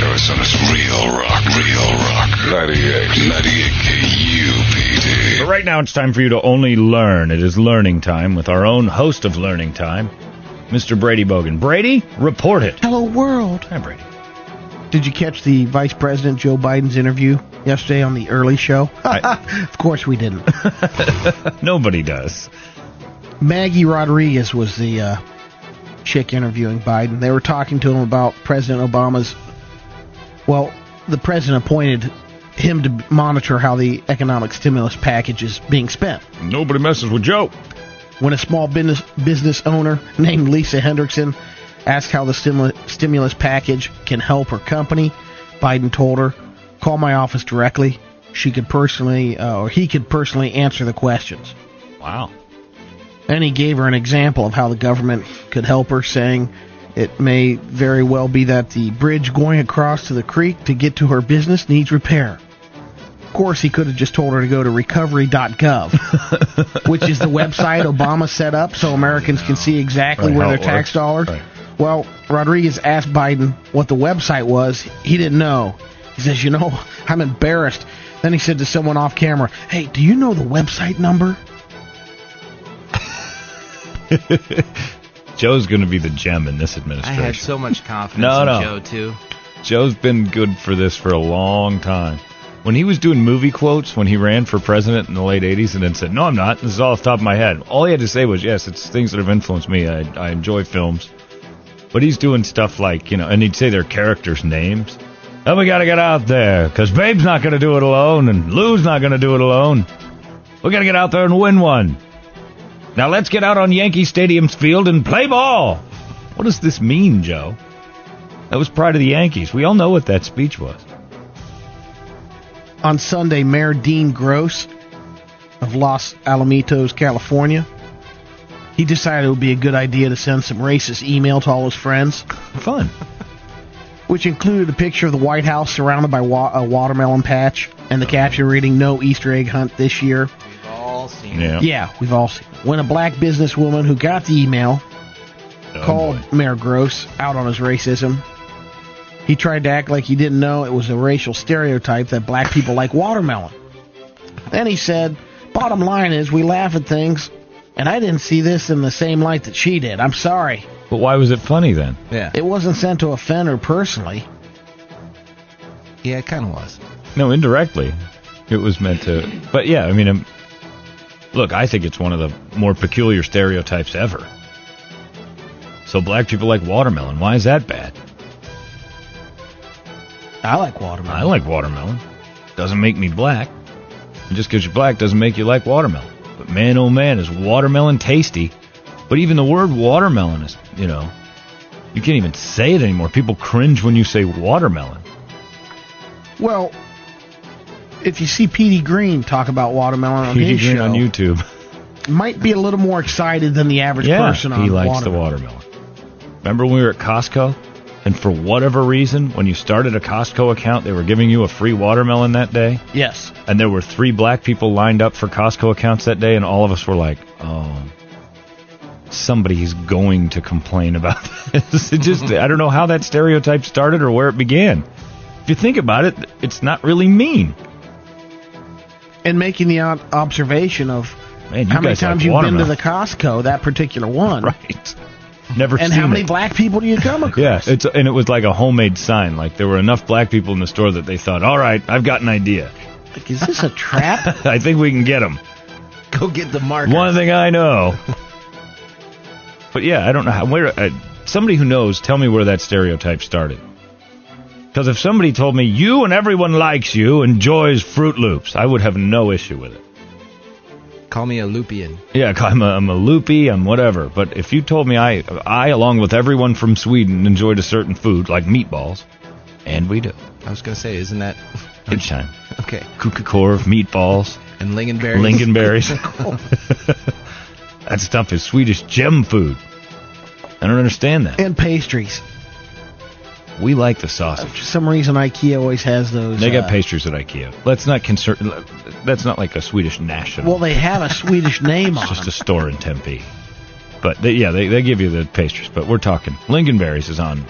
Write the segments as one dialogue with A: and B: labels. A: Arizona's real rock, real rock. 98. 98 KUPD.
B: But right now it's time for you to only learn. It is learning time with our own host of learning time, Mr. Brady Bogan. Brady, report it.
C: Hello, world.
B: Hi, Brady.
C: Did you catch the Vice President Joe Biden's interview yesterday on the early show? of course we didn't.
B: Nobody does.
C: Maggie Rodriguez was the uh, chick interviewing Biden. They were talking to him about President Obama's. Well, the president appointed him to monitor how the economic stimulus package is being spent.
B: Nobody messes with Joe.
C: when a small business business owner named Lisa Hendrickson asked how the stimulus stimulus package can help her company. Biden told her, "Call my office directly. She could personally, uh, or he could personally answer the questions."
B: Wow.
C: And he gave her an example of how the government could help her, saying, "It may very well be that the bridge going across to the creek to get to her business needs repair." Of course, he could have just told her to go to recovery.gov which is the website Obama set up so Americans can see exactly
B: Right,
C: where
B: how
C: their
B: it
C: tax
B: works.
C: dollars.
B: Right.
C: Well, Rodriguez asked Biden what the website was. He didn't know. He says, "You know, I'm embarrassed." Then he said to someone off camera, "Hey, do you know the website number?"
B: Joe's going to be the gem in this administration.
D: I had so much confidence
B: No,
D: in
B: no.
D: Joe too.
B: Joe's been good for this for a long time. When he was doing movie quotes when he ran for president in the late 80s and then said, No, I'm not. This is all off the top of my head. All he had to say was, Yes, it's things that have influenced me. I, I enjoy films. But he's doing stuff like, you know, and he'd say their characters' names. Oh, we got to get out there because Babe's not going to do it alone and Lou's not going to do it alone. We got to get out there and win one. Now let's get out on Yankee Stadium's field and play ball. What does this mean, Joe? That was Pride of the Yankees. We all know what that speech was.
C: On Sunday, Mayor Dean Gross of Los Alamitos, California, he decided it would be a good idea to send some racist email to all his friends.
B: Fun.
C: which included a picture of the White House surrounded by wa- a watermelon patch and the caption reading "No Easter egg hunt this year."
D: We've all seen it.
B: Yeah.
C: Yeah, we've all seen. it. When a black businesswoman who got the email
B: Oh,
C: called
B: boy.
C: Mayor Gross out on his racism, he tried to act like he didn't know it was a racial stereotype that black people like watermelon. Then he said, "Bottom line is we laugh at things." And I didn't see this in the same light that she did. I'm sorry.
B: But why was it funny then?
D: Yeah,
C: It wasn't sent to offend her personally.
D: yeah, it kind of was.
B: No, indirectly. It was meant to. But yeah, I mean, um look, I think it's one of the more peculiar stereotypes ever. So black people like watermelon. Why is that bad?
C: I like watermelon.
B: I like watermelon. Doesn't make me black. And just because you're black doesn't make you like watermelon. But man, oh man, is watermelon tasty. But even the word watermelon is, you know, you can't even say it anymore. People cringe when you say watermelon.
C: Well, if you see Petey Green talk about watermelon on
B: P.D.
C: his
B: Green
C: show,
B: on YouTube.
C: might be a little more excited than the average
B: yeah,
C: person on
B: he likes
C: watermelon.
B: the watermelon. Remember when we were at Costco? And for whatever reason, when you started a Costco account, they were giving you a free watermelon that day.
C: Yes.
B: and there were three black people lined up for Costco accounts that day, and all of us were like, "Oh, somebody's going to complain about this. It just I don't know how that stereotype started or where it began. If you think about it, it's not really mean.
C: And making the ob- observation of
B: Man, you
C: how many
B: guys like
C: times you've been to
B: watermelon.
C: the Costco, that particular one,
B: Right. Never
C: and
B: seen
C: how many
B: it.
C: black people do you come across?
B: Yeah, it's and it was like a homemade sign. Like there were enough black people in the store that they thought, "All right, I've got an idea.
C: Like, is this a trap?
B: I think we can get them."
D: Go get the marker.
B: One thing I know. but yeah, I don't know how, where. Uh, somebody who knows, tell me where that stereotype started. Because if somebody told me you and everyone likes you enjoys Fruit Loops, I would have no issue with it.
D: Call me a Lupian.
B: Yeah, I'm a, I'm a loopy, I'm whatever. But if you told me I, I along with everyone from Sweden enjoyed a certain food like meatballs, and we do,
D: I was gonna say, isn't that
B: lunchtime,
D: okay?
B: kukakorv, meatballs,
D: And lingonberries.
B: lingonberries. that stuff is Swedish gem food. I don't understand that.
C: and pastries.
B: We like the sausage.
C: For some reason, IKEA always has those.
B: They
C: uh,
B: got pastries at IKEA. Let's not concern. That's not like a Swedish national.
C: Well, they have a Swedish name on
B: it's just
C: them.
B: a store in Tempe. But they, yeah, they, they give you the pastries. But we're talking lingonberries is on.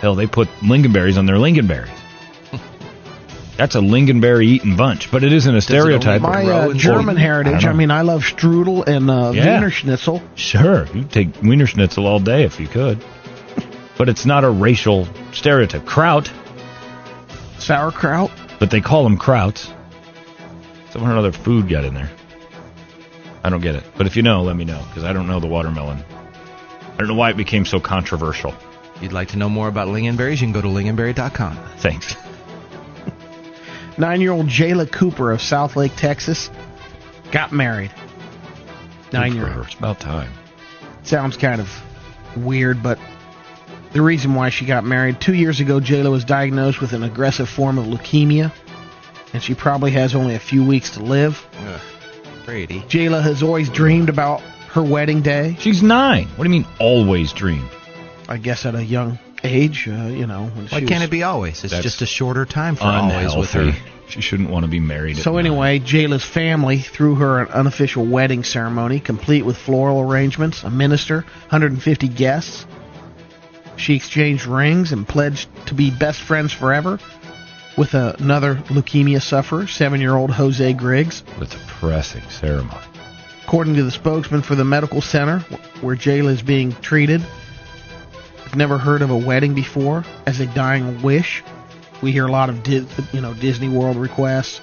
B: Hell, they put lingonberries on their lingonberries. That's a lingonberry eating bunch, but it isn't a
D: only
B: stereotype.
C: My
D: row
C: uh,
D: and
C: German
B: fork.
C: heritage.
B: I
C: I,
B: know.
C: mean, I love strudel and uh,
B: Yeah.
C: Wiener Schnitzel.
B: Sure, you take Wiener Schnitzel all day if you could. But it's not a racial stereotype. Kraut,
C: sauerkraut.
B: but they call them krauts. Somehow or another, food got in there. I don't get it. But if you know, let me know, because I don't know the watermelon. I don't know why it became so controversial.
D: You'd like to know more about lingonberries? You can go to lingonberry.com.
B: Thanks.
C: Nine-year-old Jayla Cooper of Southlake, Texas, got married. Nine-year-old
B: It's about time.
C: sounds kind of weird, but the reason why she got married two years ago, Jayla was diagnosed with an aggressive form of leukemia, and she probably has only a few weeks to live.
D: Brady.
C: Jayla has always dreamed about her wedding day.
B: She's nine. What do you mean always dreamed?
C: I guess at a young age, uh, you know. When
D: Why
C: she
D: can't
C: was-
D: it be always? It's
B: That's
D: just a shorter time for always with
B: Unhealthy.
D: her.
B: She shouldn't want to be married. at
C: So
B: nine.
C: anyway, Jayla's family threw her an unofficial wedding ceremony, complete with floral arrangements, a minister, 150 guests. She exchanged rings and pledged to be best friends forever with another leukemia sufferer, seven-year-old Jose Griggs.
B: It's a pressing ceremony.
C: According to the spokesman for the medical center wh- where Jayla is being treated, I've never heard of a wedding before as a dying wish. We hear a lot of Di- you know Disney World requests,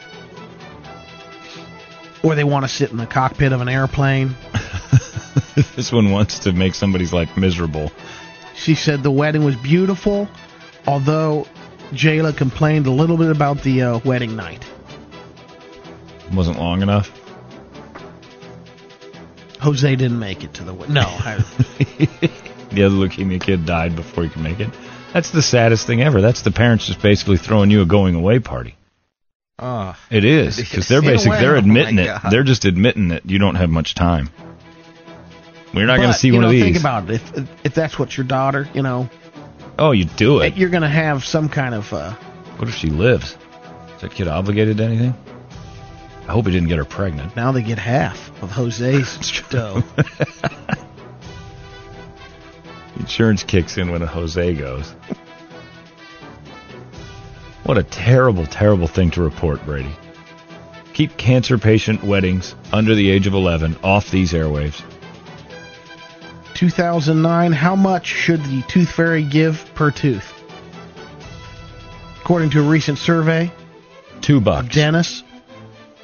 C: or they want to sit in the cockpit of an airplane.
B: this one wants to make somebody's life miserable.
C: She said the wedding was beautiful, although Jayla complained a little bit about the uh, wedding night.
B: Wasn't long enough.
C: Jose didn't make it to the wedding. No, I,
B: the other leukemia kid died before he could make it. That's the saddest thing ever. That's the parents just basically throwing you a going away party.
D: Ah,
B: It is because they're
D: In a
B: basically
D: way,
B: they're
D: oh my
B: admitting it.
D: God.
B: They're just admitting that you don't have much time. We're not going
C: But,
B: to see
C: you
B: one
C: know,
B: of these.
C: Think about it. If if that's what your daughter, you know,
B: oh, you do it.
C: you're going to have some kind of. Uh,
B: What if she lives? Is that kid obligated to anything? I hope he didn't get her pregnant.
C: Now they get half of Jose's dough.
B: Insurance kicks in when a Jose goes. What a terrible, terrible thing to report, Brady. Keep cancer patient weddings under the age of 11 off these airwaves.
C: 2009, how much should the tooth fairy give per tooth? According to a recent survey
B: Two
C: of
B: bucks.
C: dentists,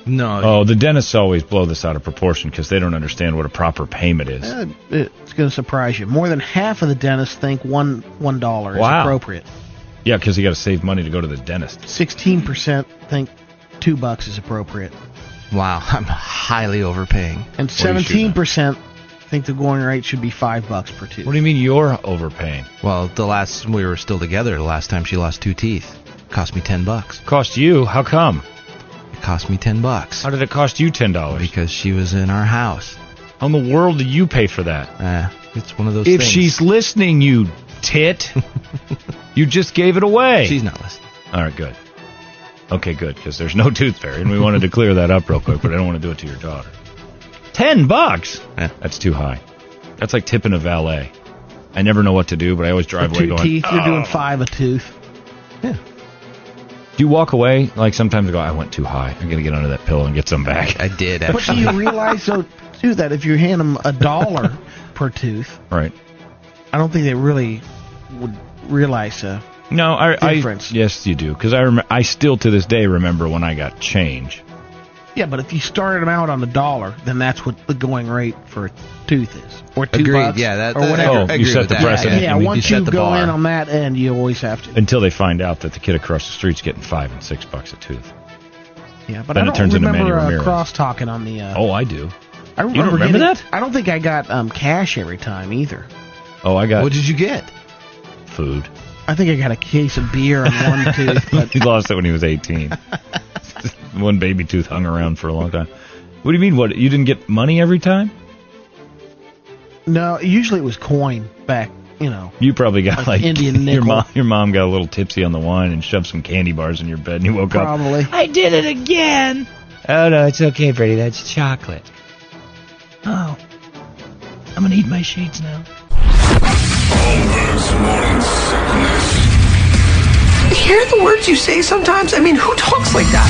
D: no.
B: oh, the dentists always blow this out of proportion because they don't understand what a proper payment is.
C: uh, it's going to surprise you. More than half of the dentists think one one dollar
B: Wow.
C: is appropriate.
B: Yeah, because you got to save money to go to the dentist.
C: 16% think two bucks is appropriate,
D: Wow, I'm highly overpaying.
C: and
B: What are you shooting at?
C: 17% think the going rate should be five bucks per tooth.
B: What do you mean you're overpaying?
D: Well, the last we were still together, the last time she lost two teeth, cost me ten bucks.
B: Cost you? How come?
D: It cost me ten bucks
B: How did it cost you $10?
D: because she was in our house.
B: How in the world do you pay for that?
D: Eh, it's one of those.
B: If
D: things.
B: she's listening, you tit, you just gave it away.
D: she's not listening.
B: All right, good. Okay, good, because there's no tooth fairy, and we wanted to clear that up real quick, but I don't want to do it to your daughter. Ten bucks?
D: Eh.
B: That's too high. That's like tipping a valet. I never know what to do, but I always drive away
C: two
B: going.
C: teeth, you're doing
B: "Oh."
C: five a tooth. Yeah.
B: Do you walk away? Like sometimes I go, I went too high. I'm gonna get under that pillow and get some back.
D: I did
C: But do
D: actually.
C: you realize though too that if you hand them a dollar per tooth,
B: right.
C: I don't think they really would realize. Uh,
B: No, I, I
C: Difference.
B: yes, you do because I rem- I still to this day remember when I got change.
C: yeah, but if you started them out on a dollar, then that's what the going rate for a tooth is, or two
D: Agreed.
C: bucks,
D: yeah, that,
C: or
D: that-
C: whatever.
B: Oh,
D: I
B: you
D: agree
B: set
D: with
B: the
D: that.
B: precedent.
C: yeah,
B: you
C: yeah,
B: mean
C: once
D: set
C: you
D: the
C: go
D: bar.
C: in on that end, you always have to.
B: Until they find out that the kid across the street's getting five and six bucks a tooth.
C: Yeah, but
B: Then it
C: I don't
B: turns into
C: remember
B: Manny
C: uh,
B: Ramirez.
C: cross talking on the. Uh,
B: Oh, I do.
C: I remember,
B: don't remember
C: getting-
B: that?
C: I don't think I got um, cash every time either.
B: Oh, I got
D: What did you get?
B: food.
C: I think I got a case of beer on one tooth, but
B: he lost it when he was 18. One baby tooth hung around for a long time. What do you mean? What you didn't get money every time?
C: no, usually it was coin back. You know,
B: You probably got
C: Like
B: like
C: Indian
B: your
C: nickel.
B: mom. Your mom got a little tipsy on the wine and shoved some candy bars in your bed, and you woke up.
C: probably.
B: I did it again. Oh no, it's okay, Brady. That's chocolate. Oh, I'm gonna eat my shades now.
A: Holmberg's morning sickness.
E: Hear the words you say sometimes? I mean, who talks like that?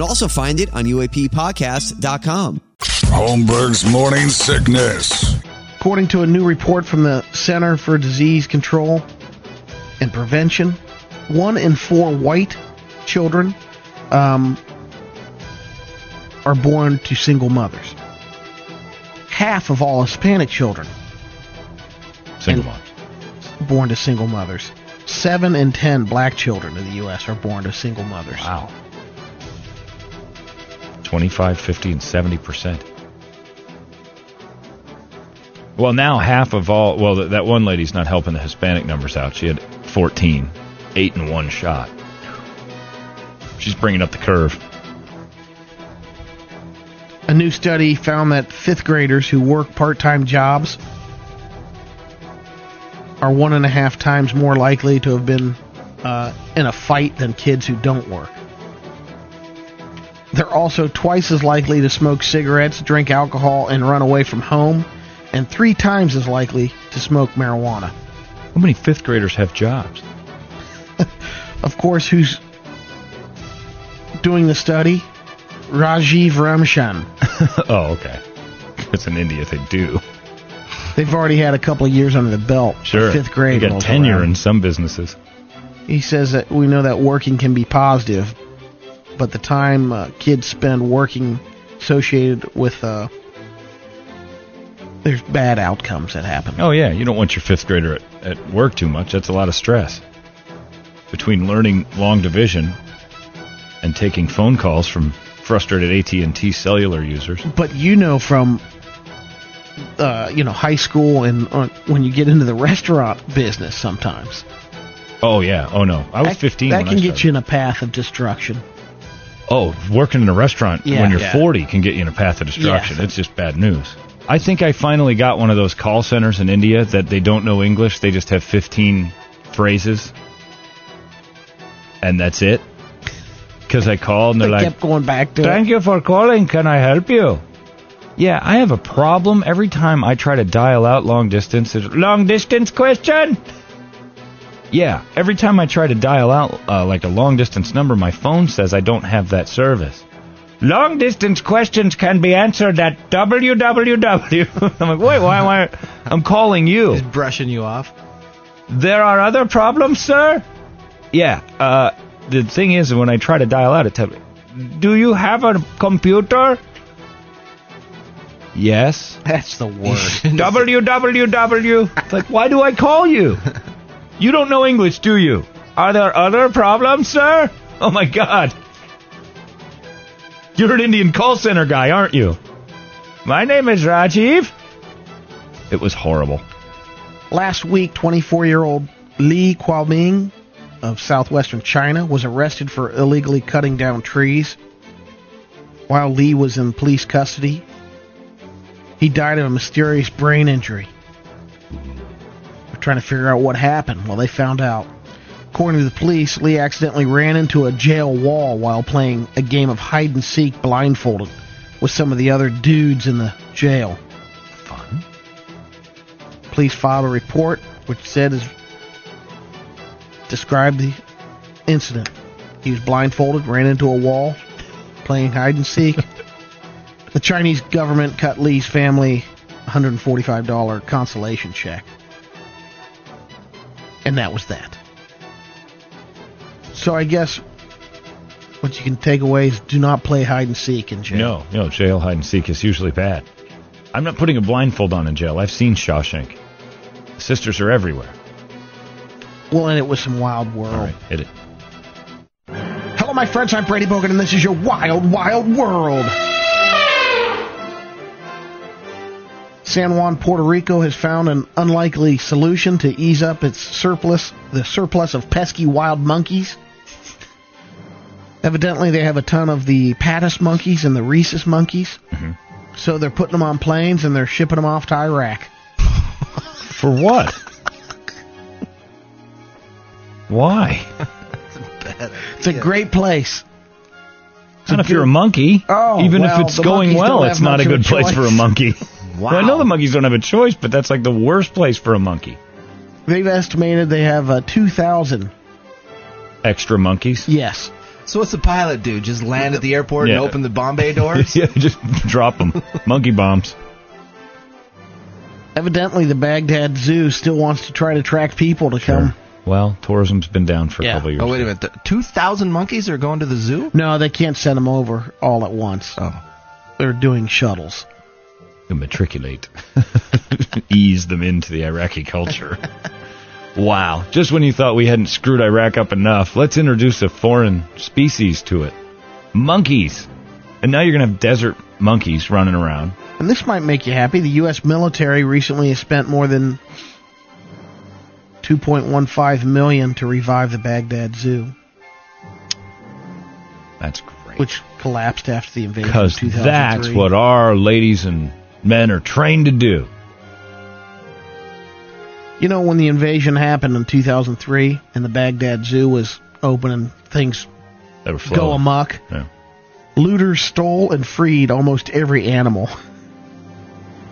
F: also find it on UAPpodcast.com.
A: Holmberg's morning sickness.
C: According to a new report from the Center for Disease Control and Prevention, one in four white children um, are born to single mothers. Half of all Hispanic children
B: Single
C: And-
B: mom.
C: born to single mothers. Seven in ten black children in the U.S. are born to single mothers.
B: Wow. 25, 50, and 70%. Well, now half of all. Well, th- that one lady's not helping the Hispanic numbers out. She had 14, 8 in one shot. She's bringing up the curve.
C: A new study found that fifth graders who work part time jobs are one and a half times more likely to have been uh, in a fight than kids who don't work. They're also twice as likely to smoke cigarettes, drink alcohol, and run away from home, and three times as likely to smoke marijuana.
B: How many fifth graders have jobs?
C: Of course, who's doing the study? Rajiv Ramshan.
B: oh, okay. It's in India. They do.
C: They've already had a couple of years under the belt.
B: Sure.
C: Fifth grade.
B: You got
C: rolls
B: tenure
C: around.
B: in some businesses.
C: He says that we know that working can be positive, but the time uh, kids spend working associated with uh, there's bad outcomes that happen.
B: Oh yeah, you don't want your fifth grader at, at work too much. That's a lot of stress. Between learning long division and taking phone calls from frustrated AT&T cellular users.
C: But you know from uh, you know high school and uh, when you get into the restaurant business, sometimes
B: Oh yeah. Oh no. I was
C: that,
B: 15
C: That
B: when
C: can
B: I
C: get
B: started.
C: you in a path of destruction.
B: Oh, working in a restaurant
C: Yeah.
B: when you're
C: Yeah.
B: 40 can get you in a path of destruction.
C: Yeah.
B: It's just bad news. I think I finally got one of those call centers in India that they don't know English. They just have 15 phrases. And that's it. Cuz I called and
C: They
B: they're like
C: kept going back to
B: Thank you for calling. Can I help you? Yeah, I have a problem. Every time I try to dial out long distance, it's long distance question. Yeah, every time I try to dial out uh, like a long distance number, my phone says I don't have that service. Long distance questions can be answered at www. I'm like, wait, why am I? I'm calling you.
D: Just brushing you off.
B: There are other problems, sir? Yeah, uh, the thing is, when I try to dial out, it tells me, Do you have a computer? Yes.
C: it. That's the worst.
B: www. It's like, why do I call you? You don't know English, do you? Are there other problems, sir? Oh my god. You're an Indian call center guy, aren't you? My name is Rajiv. It was horrible.
C: Last week, 24 year old Li Kuoming of southwestern China was arrested for illegally cutting down trees. While Li was in police custody, he died of a mysterious brain injury. They're trying to figure out what happened. Well, they found out. According to the police, Lee accidentally ran into a jail wall while playing a game of hide and seek blindfolded with some of the other dudes in the jail.
D: Fun.
C: Police filed a report which said is described the incident. He was blindfolded, ran into a wall, playing hide and seek. the Chinese government cut Lee's family $145 consolation check. And that was that. So I guess what you can take away is do not play hide and seek in jail.
B: No, no, jail hide and seek is usually bad. I'm not putting a blindfold on in jail. I've seen Shawshank. Sisters are everywhere.
C: Well, and it was some wild world.
B: All right, hit it.
C: Hello, my friends. I'm Brady Bogan, and this is your wild, wild world. San Juan, Puerto Rico has found an unlikely solution to ease up its surplus, the surplus of pesky wild monkeys. Evidently, they have a ton of the Pattis monkeys and the Rhesus monkeys. So they're putting them on planes and they're shipping them off to Iraq.
B: For what? Why?
C: It's a great place.
B: Not if you're a monkey.
C: Oh,
B: even
C: well,
B: if it's
C: the
B: going
C: monkeys
B: well,
C: don't
B: it's
C: have
B: not a
C: much of a
B: good place for a
C: choice.
B: monkey.
D: Wow.
B: Well, I know the monkeys don't have a choice, but that's like the worst place for a monkey.
C: They've estimated they have uh, 2,000.
B: Extra monkeys.
C: Yes.
D: So what's the pilot do? Just land at the airport
B: Yeah.
D: and open the Bombay doors?
B: yeah, just drop them. Monkey bombs.
C: Evidently, the Baghdad Zoo still wants to try to track people to come.
B: Well, tourism's been down for a
C: Yeah.
B: couple years.
D: Oh wait a minute, two thousand monkeys are going to the zoo?
C: No, they can't send them over all at once.
D: Oh,
C: They're doing shuttles.
B: To matriculate, ease them into the Iraqi culture. wow! Just when you thought we hadn't screwed Iraq up enough, let's introduce a foreign species to it: monkeys. And now you're gonna have desert monkeys running around.
C: And this might make you happy. The U.S. military recently has spent more than 2.15 million to revive the Baghdad Zoo,
B: That's great.
C: which collapsed after the invasion. of
B: Because
C: 2003.
B: that's what our ladies and men are trained to do.
C: You know, when the invasion happened in 2003, and the Baghdad Zoo was open and things
B: They were
C: go
B: flowing.
C: amok,
B: Yeah.
C: Looters stole and freed almost every animal.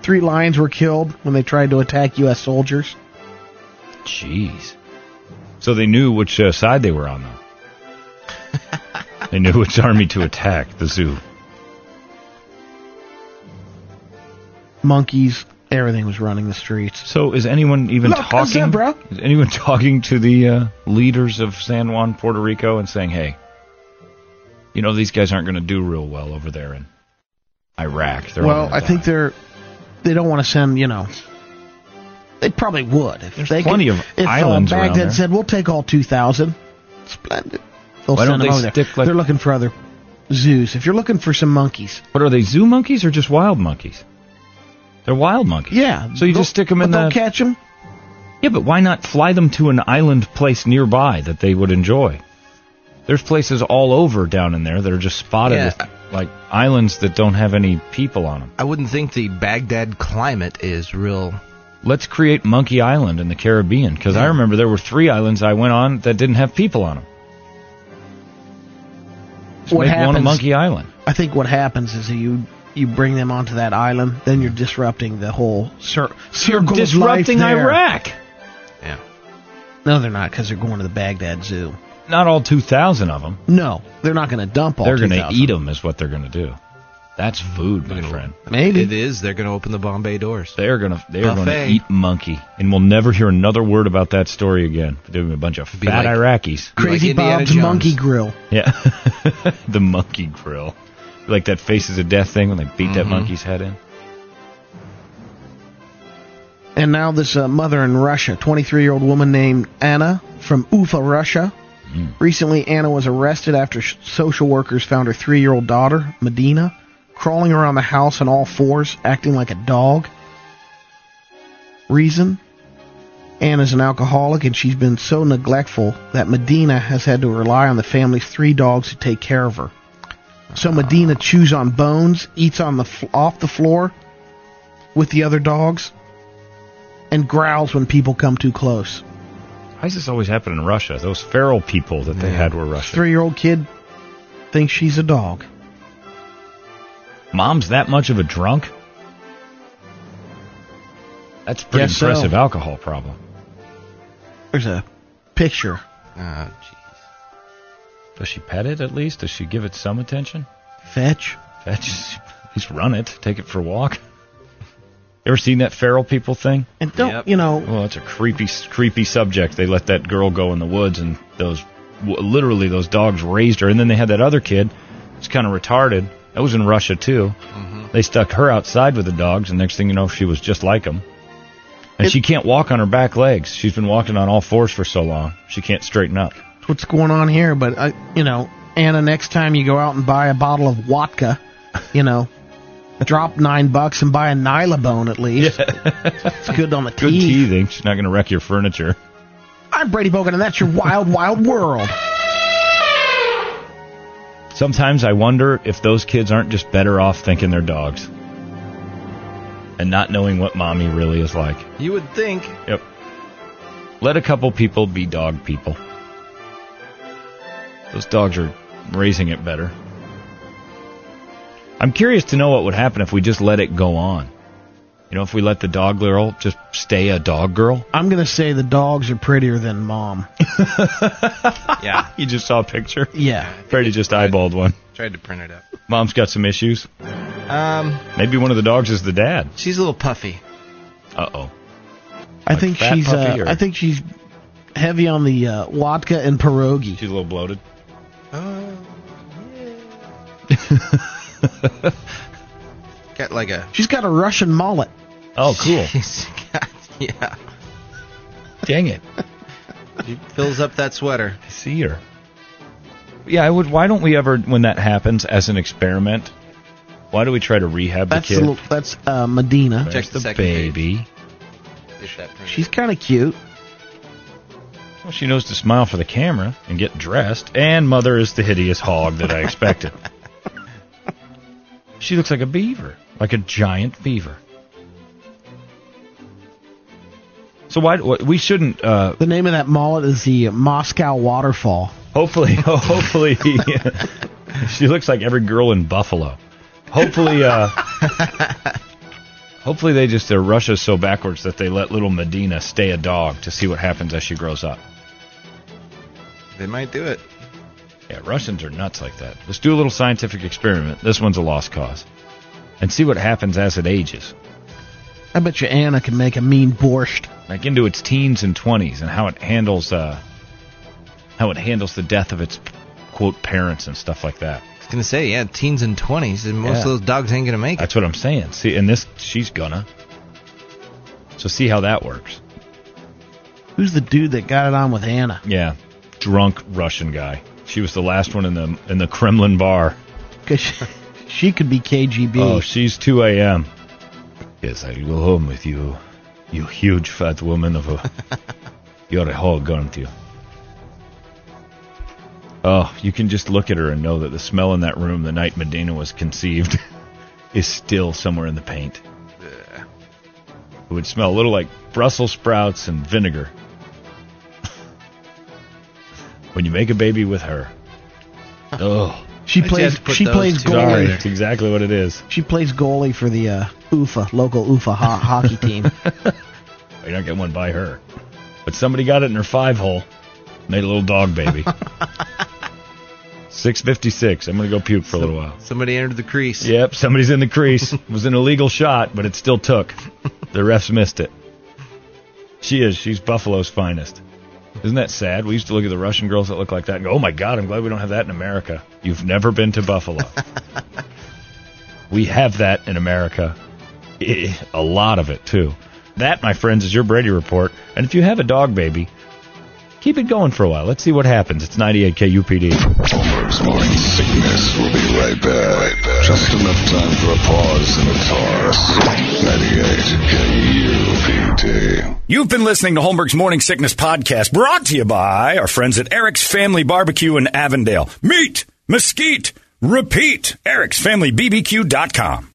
C: Three lions were killed when they tried to attack U.S. soldiers.
B: Jeez. So they knew which uh, side they were on, though. they knew which army to attack the zoo.
C: Monkeys, everything was running the streets.
B: So is anyone even
C: Look, a
B: talking?
C: zebra.
B: Is anyone talking to the uh, leaders of San Juan, Puerto Rico, and saying, "Hey, you know these guys aren't going to do real well over there in Iraq." They're all
C: well,
B: gonna
C: I think
B: die."
C: they're they don't want to send. You know, they probably would if
B: There's
C: they
B: plenty
C: could,
B: of
C: if
B: islands
C: uh,
B: around
C: Baghdad
B: there.
C: said we'll take all two thousand. Splendid. They'll
B: Why
C: send
B: don't
C: them
B: they
C: over there.
B: stick like-
C: they're looking for other zoos. If you're looking for some monkeys,
B: What are they? Zoo monkeys or just wild monkeys? They're wild monkeys.
C: yeah.
B: So you
C: they'll-
B: just stick them in
C: but
B: the
C: They'll catch them.
B: Yeah, but why not fly them to an island place nearby that they would enjoy? There's places all over down in there that are just spotted
D: Yeah.
B: with like islands that don't have any people on them.
D: I wouldn't think the Baghdad climate is real.
B: Let's create Monkey Island in the Caribbean because I
D: Yeah.
B: remember there were three islands I went on that didn't have people on them. Just
C: What
B: make one a
C: happens-
B: Monkey Island?
C: I think what happens is that you you bring them onto that island, then you're disrupting the whole cir- circle of
B: Disrupting
C: life there.
B: Iraq.
D: Yeah.
C: No, they're not because they're going to the Baghdad Zoo.
B: Not all two thousand of them.
C: No, they're not going to dump all.
B: they're going to
C: 2,000.
B: eat them, is what they're going to do. That's food, my friend.
C: Maybe.
D: It is. They're going to open the Bombay doors.
B: They're gonna they're gonna
D: Buffet.
B: eat monkey, and we'll never hear another word about that story again. They're doing a bunch of
D: Be
B: fat
D: like-
B: Iraqis.
D: Be like
C: Crazy
D: Indiana
C: Bob's
D: Jones.
C: Monkey Grill.
B: Yeah, the monkey grill, like that faces of death thing when they beat that monkey's head in.
C: And now this uh, mother in Russia, 23-year-old woman named Anna from Ufa, Russia. Recently, Anna was arrested after sh- social workers found her three-year-old daughter, Medina, crawling around the house on all fours, acting like a dog. reason. Anna's an alcoholic, and she's been so neglectful that Medina has had to rely on the family's three dogs to take care of her. So Medina chews on bones, eats on the f- off the floor with the other dogs, and growls when people come too close.
B: Why does this always happen in Russia? Those feral people that they had were Russian.
C: Three-year-old kid thinks she's a dog.
B: Mom's that much of a drunk? That's pretty
C: Guess so.
B: impressive alcohol problem.
C: There's a picture.
D: Ah, jeez.
B: Does she pet it at least? Does she give it some attention?
C: Fetch.
B: That just, at least run it, take it for a walk. Ever seen that feral people thing?
C: And don't,
D: Yep.
C: you know,
B: Well, that's a creepy, creepy subject. They let that girl go in the woods, and those, w- literally, those dogs raised her. And then they had that other kid. It's kind of retarded. That was in Russia too. They stuck her outside with the dogs, and next thing you know, she was just like them. And
C: It-
B: she can't walk on her back legs. She's been walking on all fours for so long, she can't straighten up.
C: that's what's going on here. But, uh, you know, Anna, next time you go out and buy a bottle of Watka, you know, drop nine bucks and buy a Nylabone at least. it's good on the
B: Good
C: teeth.
B: teething. She's not going to wreck your furniture.
C: I'm Brady Bogan, and that's your wild, wild world.
B: Sometimes I wonder if those kids aren't just better off thinking they're dogs and not knowing what mommy really is like.
D: You would think.
B: Yep. Let a couple people be dog people. Those dogs are raising it better. I'm curious to know what would happen if we just let it go on. You know, if we let the dog girl just stay a dog girl.
C: I'm going to say the dogs are prettier than mom.
D: Yeah.
B: You just saw a picture.
C: Yeah.
B: Brady just eyeballed one.
D: Tried to print it up.
B: Mom's got some issues.
D: Um,
B: Maybe one of the dogs is the dad.
D: she's a little puffy.
B: Uh oh.
C: I
B: Like
C: think
B: fat
C: she's
B: puppy,
C: uh,
B: or-
C: I think she's heavy on the uh, Watka and pierogi.
B: She's a little bloated.
D: Oh. got like a.
C: She's got a Russian mullet.
B: Oh, cool.
D: She's got, yeah.
B: Dang it.
D: She fills up that sweater.
B: I see her. Yeah, I would. Why don't we ever, when that happens, as an experiment? Why do we try to rehab
C: That's
B: the
C: a
B: kid?
C: little, that's uh, Medina.
B: There's
D: Check the
B: the
D: second page.
B: baby.
D: Get that printed.
C: She's kind of cute.
B: Well, she knows to smile for the camera and get dressed. And mother is the hideous hog that I expected. she looks like a beaver, like a giant beaver. So why wh- we shouldn't? Uh,
C: The name of that mullet is the Moscow Waterfall.
B: hopefully, hopefully, she looks like every girl in Buffalo. Hopefully, uh, hopefully they just their Russia's so backwards that they let little Medina stay a dog to see what happens as she grows up.
D: They might do it.
B: Yeah, Russians are nuts like that. Let's do a little scientific experiment. This one's a lost cause. And see what happens as it ages,
C: I bet you Anna can make a mean borscht.
B: like into its teens and 20s and how it handles uh how it handles the death of its quote parents and stuff like that.
D: I was gonna say, yeah, teens and twenties, and most
B: Yeah.
D: of those dogs ain't gonna make it.
B: That's what I'm saying. See, and this she's gonna. So see how that works.
C: Who's the dude that got it on with Anna?
B: Yeah. Drunk Russian guy. She was the last one in the in the Kremlin bar.
C: Because she, she could be KGB.
B: Oh, she's 2 a.m. Yes, I go home with you, you huge fat woman of a. you're a hog, aren't you? Oh, you can just look at her and know that the smell in that room the night Medina was conceived is still somewhere in the paint. It would smell a little like Brussels sprouts and vinegar. when you make a baby with her. Oh,
C: she
D: I
C: plays
D: just put
C: she
D: those
C: plays
D: two
B: sorry.
C: goalie.
D: together.
B: That's exactly what it is.
C: She plays goalie for the uh, UFA local UFA ho- hockey team.
B: You're not getting one by her. But somebody got it in her five hole, made a little dog baby. 656. I'm going to go puke for a little while.
D: Somebody entered the crease.
B: Yep, somebody's in the crease. It was an illegal shot, but it still took. The refs missed it. She is. She's Buffalo's finest. Isn't that sad? We used to look at the Russian girls that look like that and go, oh my God, I'm glad we don't have that in America. You've never been to Buffalo. we have that in America. Eh, A lot of it, too. That, my friends, is your Brady Report. And if you have a dog baby,
G: Keep it going for a while. Let's see what happens. It's 98 KUPD.
A: Homer's morning sickness will be right back. Just enough time for a pause and a toss. 98 KUPD.
B: You've been listening to Holmberg's Morning Sickness Podcast, brought to you by our friends at Eric's Family Barbecue in Avondale. Meet, mesquite, repeat, ericsfamilybbq.com.